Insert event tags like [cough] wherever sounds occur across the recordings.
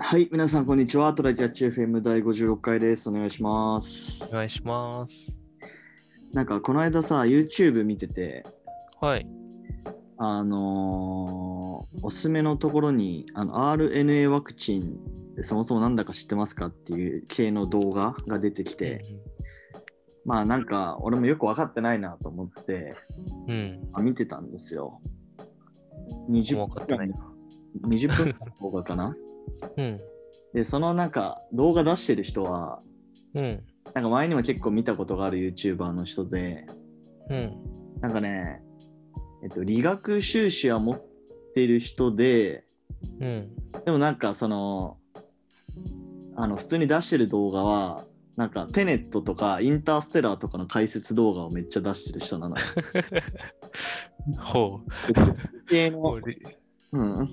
はい、皆さん、こんにちは。トラキャッチ FM 第56回です。お願いしまおす。願いします。なんか、この間さ、YouTube 見てて、はい。あのーおすすめのところに、あの RNA ワクチン、そもそもなんだか知ってますかっていう系の動画が出てきて、まあなんか、俺もよく分かってないなと思って、うん。うん。見てたんですよ。20分分かくってらないいの20分くらいの動画かなうん。で、そのなんか、動画出してる人は、うん。なんか前にも結構見たことがある YouTuber の人で、うん。なんかね、えっと、理学修士は持ってる人で、うん。でもなんかその、あの普通に出してる動画は、なんかテネットとかインターステラーとかの解説動画をめっちゃ出してる人なの [laughs] よ。ほ系う。ほのう、でうん、うん。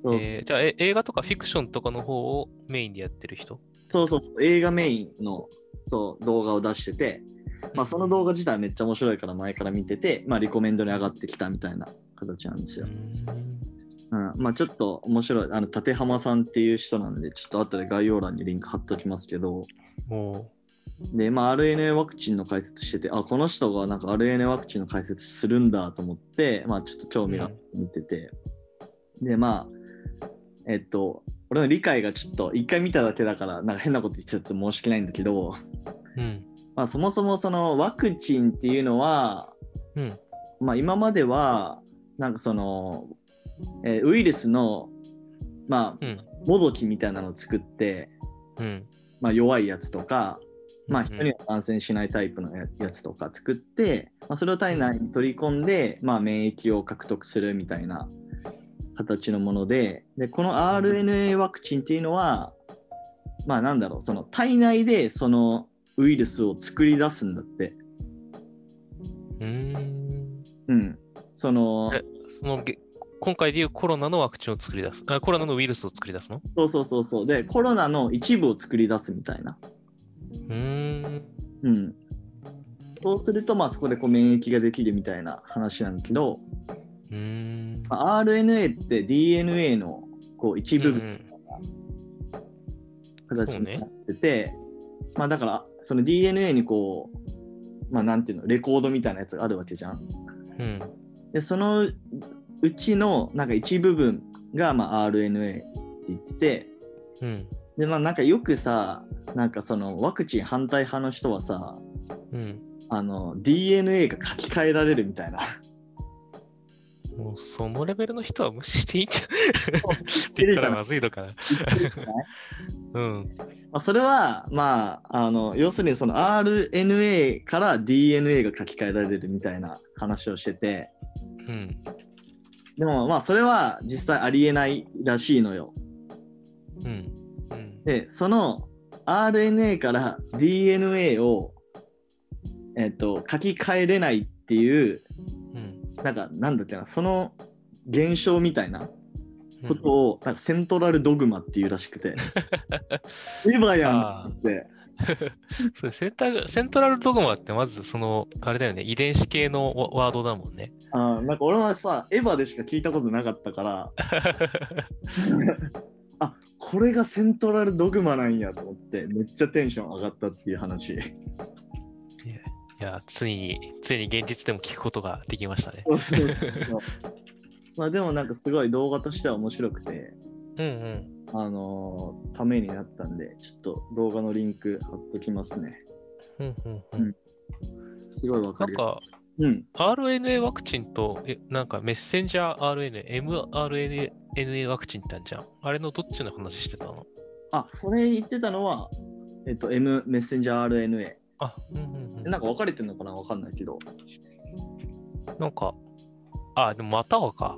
そうえーじゃあ、え映画とかフィクションとかの方をメインでやってる人そうそうそう映画メインのそう動画を出してて、まあ、その動画自体めっちゃ面白いから前から見てて、まあ、リコメンドに上がってきたみたいな形なんですうよ。んうん、まあちょっと面白い、あの、立浜さんっていう人なんで、ちょっと後で概要欄にリンク貼っときますけど、もで、まあ RNA ワクチンの解説してて、あ、この人がなんか RNA ワクチンの解説するんだと思って、まあちょっと興味が見てて、で、まあ、えっと、俺の理解がちょっと、一回見ただけだから、なんか変なこと言ってたら申し訳ないんだけど、う。うん。まあそもそもそのワクチンっていうのは、うん。まあ、今まではなんかその、えーウイルスの、まあ、うん。もどきみたいなのを作って、うん。まあ、弱いやつとか、まあ、人には。は感染しないタイプのややつとか作って、まあ、それを体内に取り込んで、まあ、免疫を獲得するみたいな形のものででこの RNA ワクチンっていうのは、まあなんだろうその体内でそのウイルスを作り出すんだって。うん。うん、そのえそのげ今回でいうコロナのワクチンを作り出す。あコロナのウイルスを作り出すのそうそうそうそう。で、コロナの一部を作り出すみたいな。うん。うん。そうすると、まあそこでこう免疫ができるみたいな話なんだけど、うん。まあ RNA って DNA のこう一部う分ん形そうにねなってて、まあだから、その DNA にこう、まあなんていうの、レコードみたいなやつがあるわけじゃん。うん。で、そのううちのなんか一部分がまあ RNA って言ってて、うん。で、まあなんかよくさ、なんかそのワクチン反対派の人はさ、うん。あの DNA が書き換えられるみたいな。もうそのレベルの人は無視していいんじゃないっ言てってる言っじゃなたいらまずいのかな。うん。まあそれは、まあ、あの要するにその RNA から DNA が書き換えられるみたいな話をしてて、うん。でもまあそれは実際ありえないらしいのよ。うん。うん。で、その RNA から DNA を、えっと書き換えれないっていう、うん。なんかなんだっけな、その現象みたいなうんことを、なんかセントラルドグマっていうらしくて、今やあんーって。そうセンターセントラルドグマってまずその、あれだよね、遺伝子系のワワードだもんね。あーなんか俺はさエヴァでしか聞いたことなかったから [laughs] あこれがセントラルドグマなんやと思ってめっちゃテンション上がったっていう [laughs] 話いや、ついに、ついに現実でも聞くことができましたね。そうそうそうまあでもなんかすごい動画としては面白くてうんあのーためになったんでちょっと動画のリンク貼っときますねうん。うんうんううんん。すごいわかなんるよか、うん、 RNA ワクチンと、えなんかメッセンジャー RNA、mRNA ワクチンってあるじゃん。あれのどっちの話してたのあそれ言ってたのはえっと M メッセンジャー RNA あ、うんうんうん。なんか分かれてるのかな分かんないけどなんか、あ、でもまたはか。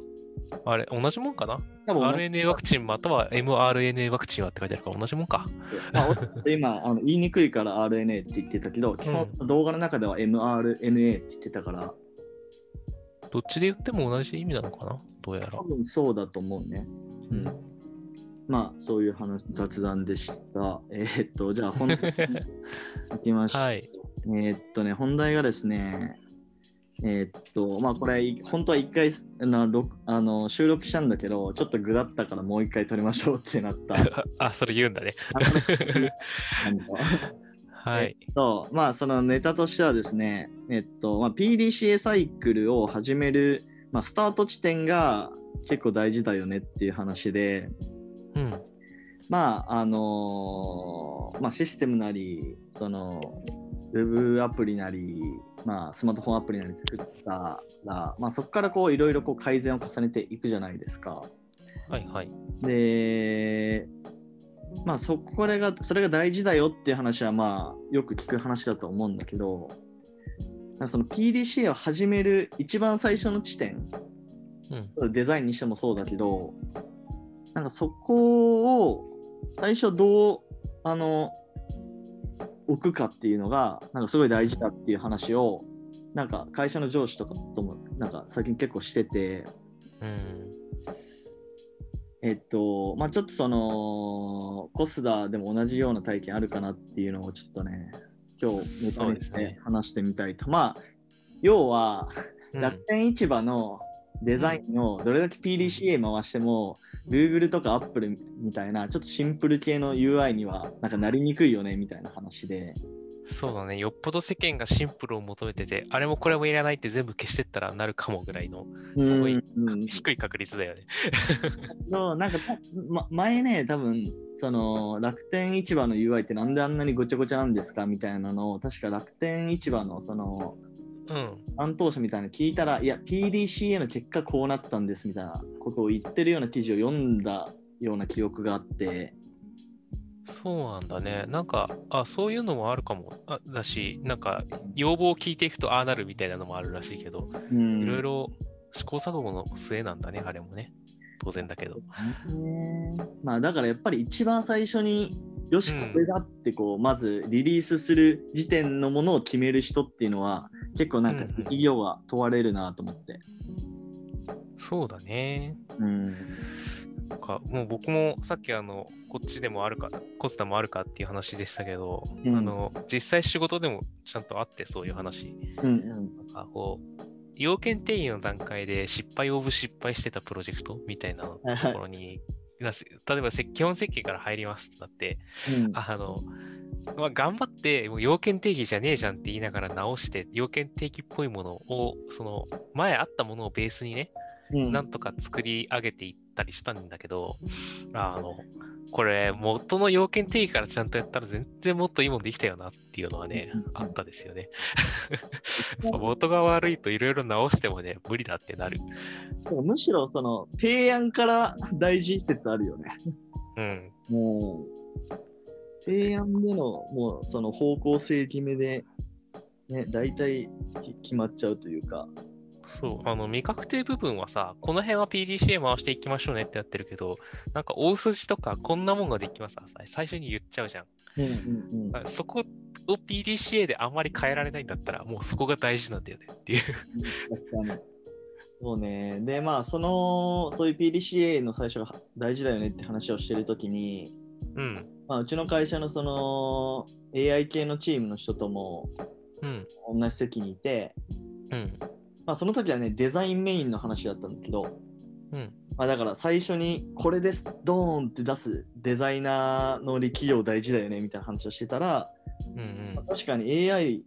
あれ、同じもんかな多分同じ ?RNA ワクチンまたは mRNA ワクチンはって書いてあるから同じもんか。まあ、俺ちょっと今あの言いにくいから RNA って言ってたけど、基本動画の中では mRNA って言ってたから、どっちで言っても同じ意味なのかなどうやら多。分そうだと思うね。うんまあ、そういう話、雑談でした。えーっと、じゃあ本題に行きましょう。はい。えーっとね、本題がですね、えーっと、まあこれ、本当は一回あの録あの収録したんだけど、ちょっと具だったからもう一回撮りましょうってなった。あ、それ言うん [laughs] だね。あのはい。えっと、まあそのネタとしてはですね、えっと、まあ、PDCA サイクルを始める、まあ、スタート地点が結構大事だよねっていう話で、うん。まああのーまあ、システムなりそのウェブアプリなり、まあ、スマートフォンアプリなり作ったら、まあ、そこからこういろいろこう改善を重ねていくじゃないですか。はいはい。で、まあ、そこれがそれが大事だよっていう話は、まあ、よく聞く話だと思うんだけどなんかその PDCA を始める一番最初の地点うん。デザインにしてもそうだけどなんかそこを最初どうあの置くかっていうのがなんかすごい大事だっていう話をなんか会社の上司とかともなんか最近結構しててうん。えっとまあちょっとそのコスダでも同じような体験あるかなっていうのをちょっとね今日ネタそうにでしすてね話してみたいと、まあ要はうん楽天市場のデザインをどれだけ PDCA 回しても、Google とか Apple みたいなちょっとシンプル系の UI にはなんかなりにくいよねみたいな話でそうだね。よっぽど世間がシンプルを求めてて、あれもこれもいらないって全部消してったらなるかもぐらいのすごいうん低い確率だよね。そうなんか、ま、前ね多分その楽天市場の UI ってなんであんなにごちゃごちゃなんですかみたいなのを確か楽天市場のそのうん。担当者みたいなの聞いたらいや PDCA の結果こうなったんですみたいなことを言ってるような記事を読んだような記憶があって。そうなんだね。なんか、あ、そういうのもあるかも。あだし、なんか、要望を聞いていくとああなるみたいなのもあるらしいけど、うんいろいろ試行錯誤の末なんだね、あれもね。当然だけど。ねまあだからやっぱり一番最初によしうんこれだってこう、まずリリースする時点のものを決める人っていうのは結構なんかうんうん企業は問われるなと思って。そうだね。うんなんかもう僕もさっきあのこっちでもあるかコスタもあるかっていう話でしたけど、うんあの実際仕事でもちゃんとあってそういう話うんなんかこう要件定義の段階で失敗オブ失敗してたプロジェクトみたいなとはいはいころに、なせ例えばせ基本設計から入りますってなってうんあの、まあ、頑張ってもう要件定義じゃねえじゃんって言いながら直して要件定義っぽいものをその前あったものをベースにねうんなんとか作り上げていったりしたんだけど、あの、これ、元の要件定義からちゃんとやったら全然もっといいもんできたよなっていうのはねうんうんうん、あったですよね。 [laughs] やっぱ元が悪いといろいろ直してもね、無理だってなる。だからむしろその提案から大事説あるよね。うん。もう提案でのもうその方向性決めで、ね、大体き決まっちゃうというか。そう、あの、未確定部分はさ、この辺は PDCA 回していきましょうねってやってるけど、なんか大筋とかこんなもんができますさ、最初に言っちゃうじゃん。うんうんうんあそこを PDCA であんまり変えられないんだったら、もうそこが大事なんだよねっていう。確かにそうね。で、まあ、その、そういう PDCA の最初が大事だよねって話をしてるときに、うん。まあ、うちの会社のその AI 系のチームの人ともうん。同じ席にいて、うん。まあ、その時はね、デザインメインの話だったんだけど、うんまあ、だから最初にこれです、ドーンって出すデザイナーの力量大事だよねみたいな話をしてたら、うんうんまあ、確かに AI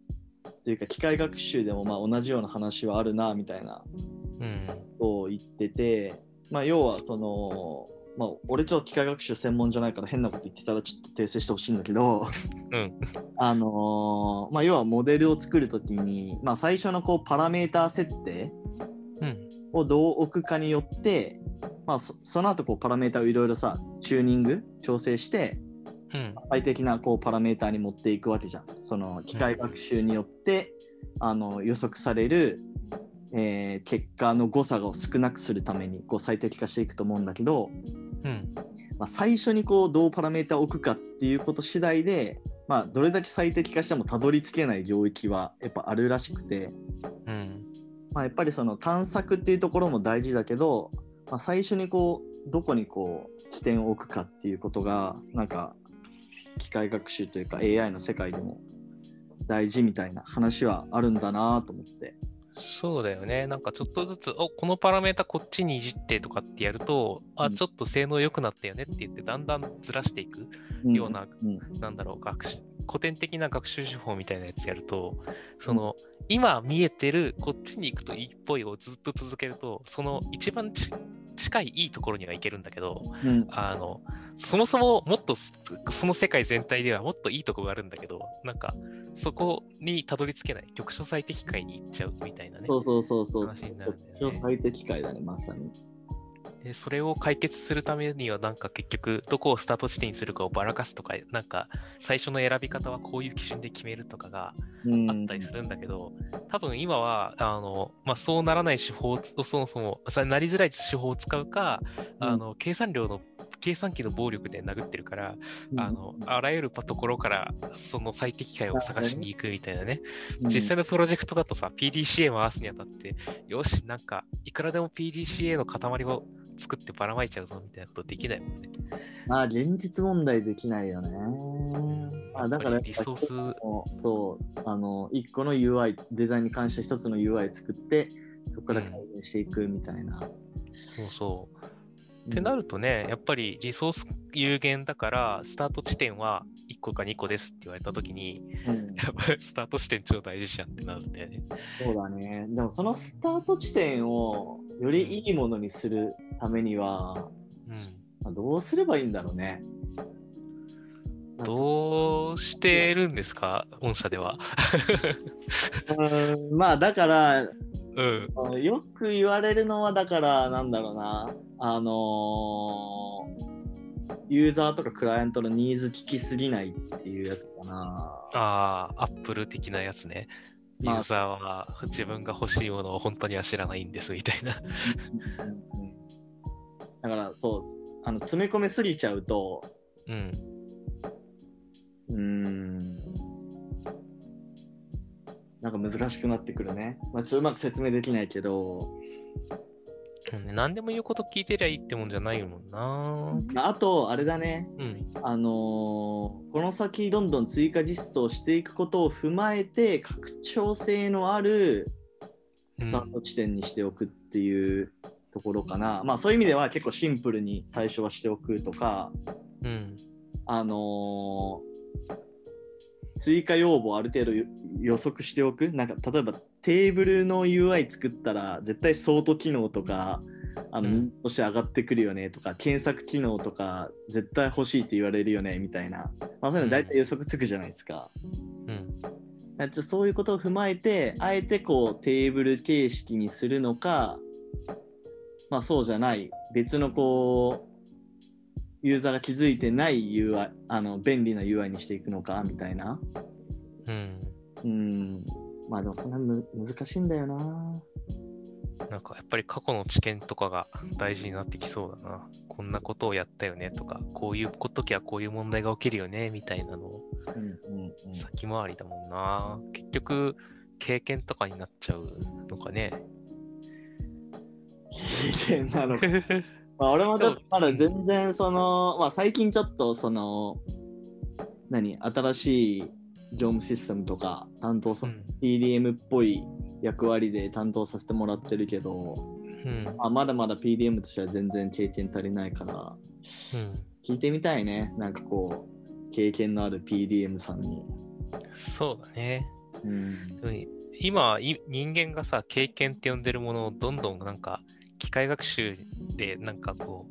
というか機械学習でもまあ同じような話はあるなみたいなうんを言ってて、まあ、要はその、まあ、俺ちょっと機械学習専門じゃないから変なこと言ってたらちょっと訂正してほしいんだけど、うんあのーまあ、要はモデルを作るときに、まあ、最初のこうパラメータ設定うんをどう置くかによって、まあ、そその後こうパラメータをいろいろさチューニング調整してうん最適なこうパラメータに持っていくわけじゃん。その機械学習によって、あの予測される、えー結果の誤差を少なくするためにこう最適化していくと思うんだけど、うんまあ、最初にこうどうパラメータを置くかっていうこと次第で、まあ、どれだけ最適化してもたどり着けない領域はやっぱあるらしくて、うんまあ、やっぱりその探索っていうところも大事だけど、まあ、最初にこうどこにこう起点を置くかっていうことがなんか機械学習というか AI の世界でも大事みたいな話はあるんだなと思って。そうだよね。なんかちょっとずつ、おこのパラメータこっちにいじってとかってやると、うあ、んちょっと性能良くなったよねって言って、だんだんずらしていくうんような、うんなんだろう、学習、古典的な学習手法みたいなやつやると、その、今見えてるこっちに行くといいっぽいをずっと続けると、その一番ち近いいいところには行けるんだけど、うんあのそもそももっとすその世界全体ではもっといいとこがあるんだけどなんかそこにたどり着けない局所最適解に行っちゃうみたいなねそうそうそうそう。話になるんだよね一応最適解だね、まさに。でそれを解決するためにはなんか結局どこをスタート地点にするかをばらかすとかなんか最初の選び方はこういう基準で決めるとかがうんあったりするんだけど、多分今はあの、まあ、そうならない手法をそもそもさなりづらい手法を使うか、うんあの計算量の計算機の暴力で殴ってるから、うんあのあらゆるところからその最適解を探しに行くみたいなね、うん実際のプロジェクトだとさ PDCA 回すにあたってよしなんかいくらでも PDCA の塊を作ってばらまいちゃうぞみたいなことできないもんね、まあ、現実問題できないよね。あだからやっぱりリソースそう、あの、一個の UI、デザインに関して一つの UI 作って、そこから改善していくみたいな。そうそううんってなるとね、やっぱりリソース有限だから、スタート地点は1個か2個ですって言われたときに、うんやっぱりスタート地点超大事じゃんってなるんだよね。そうだね。でも、そのスタート地点をよりいいものにするためには、うん。まあどうすればいいんだろうね。どうしてるんですか、御社では。うんまあだからうん。あのよく言われるのはだからなんだろうなあのーユーザーとかクライアントのニーズ聞きすぎないっていうやつかな。ああ、アップル的なやつね。ユまあーザーは自分が欲しいものを本当には知らないんですみたいな。だからそうあの詰め込めすぎちゃうとうん。うーんなんか難しくなってくるね。まあ、ちょっとうまく説明できないけど。何でも言うこと聞いてりゃいいってもんじゃないもんな。あとあれだねうん。あのーこの先どんどん追加実装していくことを踏まえて拡張性のあるスタート地点にしておくっていうところかな、まあそういう意味では結構シンプルに最初はしておくとかうん。あのー追加要望ある程度よ予測しておくなんか例えばテーブルの UI 作ったら絶対ソート機能とかあの、うんミントして上がってくるよねとか検索機能とか絶対欲しいって言われるよねみたいな、まあ、そういうの大体予測つくじゃないですか。うん。だからちょっとそういうことを踏まえてあえてこうテーブル形式にするのか、まあ、そうじゃない別のこうユーザーが気づいてない UI あの便利な UI にしていくのかみたいなうん。うんまあでもそんなむ難しいんだよななんかやっぱり過去の知見とかが大事になってきそうだな。こんなことをやったよねとか、こういう時はこういう問題が起きるよねみたいなのをうんうん [laughs] うん先回りだもんな。結局、経験とかになっちゃうのかね。経験なのか、まあ、俺もだってまだ全然その、まあ、最近ちょっとその何新しい業務システムとか担当さ、うん。 PDM っぽい役割で担当させてもらってるけど、うん。うんまあ、まだまだ PDM としては全然経験足りないから、聞いてみたいねなんかこう経験のある PDM さんに、そうだね。うん、うん今い人間がさ経験って呼んでるものをどんどんなんか機械学習でなんかこ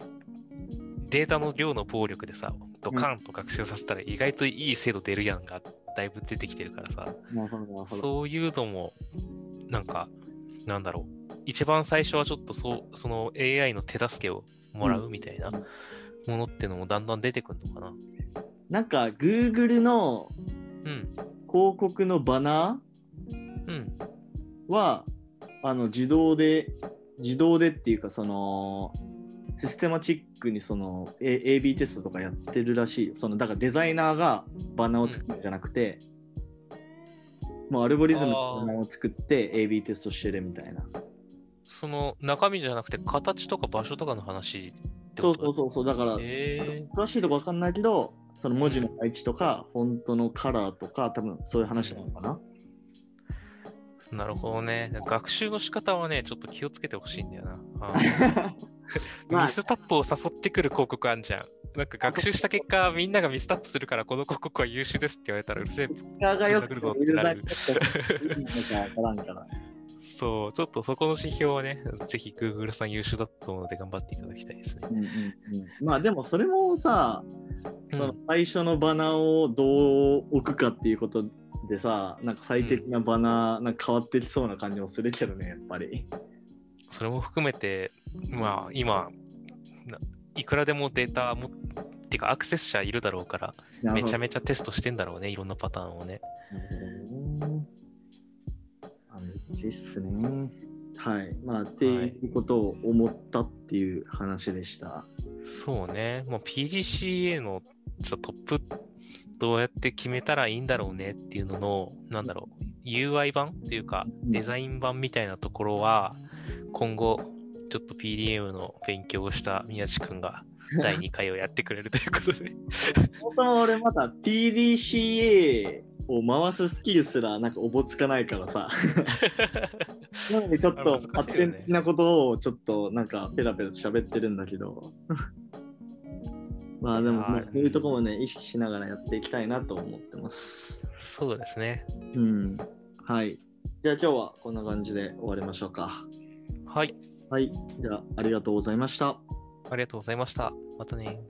うデータの量の暴力でさドカンと学習させたら意外といい精度出るやんがだいぶ出てきてるからさなるほどなるほどそういうのもなんかなんだろう一番最初はちょっとそうその AI の手助けをもらうみたいなうんものってのもだんだん出てくるのかななんか Google のうん広告のバナうんーはあの自動で自動でっていうかそのシステマチックにその A- AB テストとかやってるらしいよそのだからデザイナーがバナーを作るんじゃなくて、もうアルゴリズムでバナーを作って AB テストしてるみたいなその中身じゃなくて形とか場所とかの話ってそこうそうとそうそうだから、え詳しいとこわかんないけどその文字の配置とか、フォントのカラーとか多分そういう話なのかな、なるほどね。学習の仕方はね、ちょっと気をつけてほしいんだよな。あ [laughs] まあミスタップを誘ってくる広告あんじゃん。なんか学習した結果、みんながミスタップするから、この広告は優秀ですって言われたらうるせえ。側がよくてユーザーにとっていいのかわからんから。 [laughs] そう、ちょっとそこの指標はね、ぜひ Google さん優秀だと思うので頑張っていただきたいですね。うんうんうん、まあでもそれもさ、うそんの最初のバナーをどう置くかっていうことでさ、なんか最適なバナー、なんか変わってきそうな感じもするけどね、やっぱり。それも含めて、まあ今、ないくらでもデータも、てかアクセス者いるだろうから、めちゃめちめちゃテストしてんだろうね、いろんなパターンをね。ゃ。なるほどねあめっちゃいいっすね。はい。まあ、っていうことを思ったっていう話でした。そうね、もう PDCA のちょっとトップどうやって決めたらいいんだろうねっていうのの、なんだろう、UI 版っていうか、うんデザイン版みたいなところは、今後、ちょっと PDM の勉強をした宮地くんが第2回をやってくれるということ [laughs] で。本当は俺まだ PDCA を回すスキルすらなんかおぼつかないからさ。なのでちょっと発展的なことをちょっとなんかペラペラと喋ってるんだけど。 [laughs] まあでも、まあはいそういうとこもね、意識しながらやっていきたいなと思ってます。そうですね。うん。はい。じゃあ今日はこんな感じで終わりましょうか。はい、はい。じゃあありがとうございました。ありがとうございました。またね。